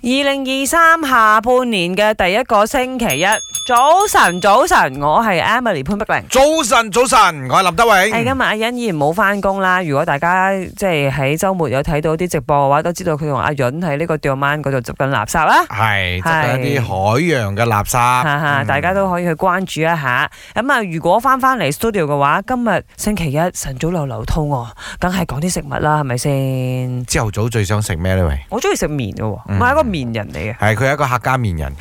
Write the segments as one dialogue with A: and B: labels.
A: 二零二三下半年嘅第一個星期一，早晨，早晨，我係 Emily 潘碧玲。
B: 早晨，早晨，我系林德
A: 誒今
B: 榮。
A: 日阿欣依然冇翻工啦。如果大家即係喺週末有睇到啲直播嘅話，都知道佢同阿潤喺呢個吊灣嗰度執緊垃圾啦。
B: 係執緊一啲海洋嘅垃圾，
A: 哈哈，
B: 嗯
A: 大家都可以去關注一下。咁啊，如果翻翻嚟 studio 嘅話，今日星期一晨早流流肚餓，梗係講啲食物啦，係咪先？
B: 朝頭早最想食咩呢？喂，
A: 我中意食麵嘅喎，
B: 嗯
A: 我係一個麵人嚟嘅，
B: 係佢係一個客家麵人，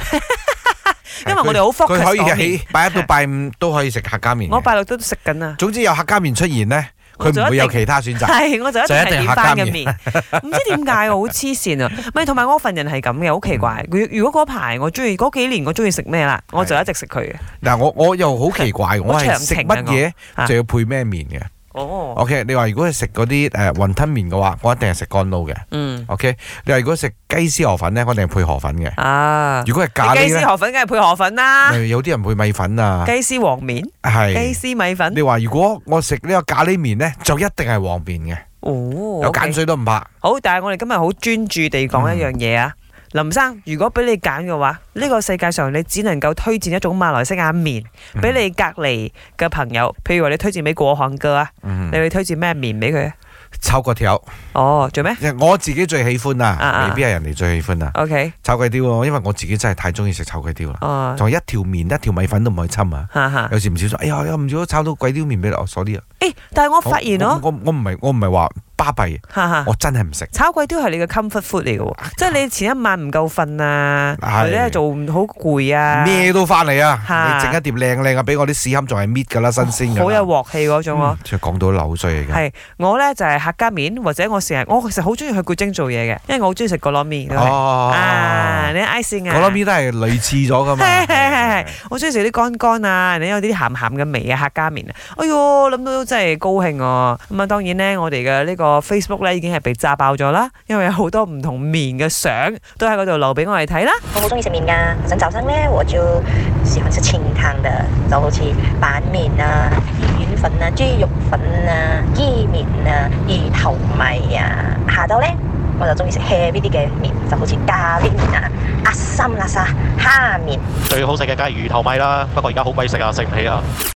A: 因為我哋好
B: 佢佢
A: focus
B: 可以
A: 講麵
B: 喺拜一到拜五都可以食客家麵嘅。
A: 我拜六都食緊啊。
B: 總之有客家麵出現呢，佢唔會有其 他選擇。
A: 係，我就一定係
B: 就一定
A: 點
B: 客
A: 翻
B: 家
A: 嘅面， 唔知點解我好黐線啊！咪同埋我份人係咁嘅，好奇怪。如如果嗰排我中意，嗰幾年我中意食咩啦，我就一直食佢嘅。
B: 嗱，我我又好奇怪，我係食
A: 長
B: 乜
A: 情
B: 嘢
A: 我
B: 就要配咩麵嘅。
A: 哦，
B: OK，你話如果係食嗰啲誒雲吞麵嘅話，我一定係食乾撈嘅。
A: 嗯
B: OK，你話如果食雞絲河粉呢，我一定係配河粉嘅。
A: 啊，
B: 如果係咖
A: 你雞
B: 喱
A: 絲
B: 呢，
A: 河粉梗係配河粉啦，
B: 咪有啲人配米粉啊，
A: 雞絲黃面、雞
B: 係。
A: 絲米粉。
B: 你話如果我食呢個咖喱麵呢，就一定係黃面嘅，
A: 哦，
B: 有
A: OK
B: 鹼水都唔怕。
A: 好，但係我哋今日好專注地講一樣嘢啊。林生，如果俾你揀嘅話，呢、個世界上你只能夠推薦一種馬來西亞面
B: 嗯
A: 俾你隔離嘅朋友，譬如話你推薦俾果行哥啊，
B: 嗯
A: 你，會推薦咩面俾佢啊？
B: 炒粿條，
A: 哦，做咩
B: 因為我自己最喜歡
A: 啊啊
B: 啊，未必係人哋最喜歡啊。
A: ？OK，
B: 炒粿條喎，因為我自己真係太中意食炒粿條啦，
A: 哦，
B: 仲有一條麵一條米粉都唔可以侵啊。
A: 哈哈。
B: 有時唔小心，哎呀，唔小心炒到粿條麵俾你，我傻啲啊！
A: 誒，但係我發現
B: 我
A: 咯，啊
B: 我我我唔係我唔係話巴閉，
A: 哈哈。
B: 我真係唔食。
A: 炒粿都係你嘅 comfort food 嚟嘅
B: 啊
A: 喎，即係你前一晚唔夠瞓啊，
B: 係
A: 或者係做唔好攰啊，
B: 咩都翻嚟
A: 嚇哦
B: 啊！你整一碟靚靚嘅俾我啲屎冚，仲係搣㗎啦，新鮮㗎啦。
A: 好有鑊氣嗰種咯。
B: 嗯即係講到流水嚟嘅。
A: 係我咧就係客家面，或者我成日我其實好中意去古精做嘢嘅，因為我好中意食角落面。
B: 哦，
A: 啊，你 I 線啊，
B: 嗰粒面都係類似咗噶嘛。
A: 係係係係我中意食啲乾乾啊，你有啲鹹鹹嘅味啊，客家面啊，哎呦諗到都真係高興啊！咁啊，當然咧，我哋嘅呢個 Facebook 咧已經係被炸爆咗啦，因為有好多唔同面嘅相都喺嗰度留俾我哋睇啦。
C: 我好中意食面噶，早晨早上呢，我就喜歡吃清湯的，就好似板面啊、魚丸粉啊、豬肉粉啊、雞面啊、魚頭米啊。下晝呢，我就中意食 heavy 啲嘅面，就好似咖喱面啊、阿參叻沙蝦面。
D: 最好食嘅梗係魚頭米啦，不過而家好鬼食啊，食唔起啊！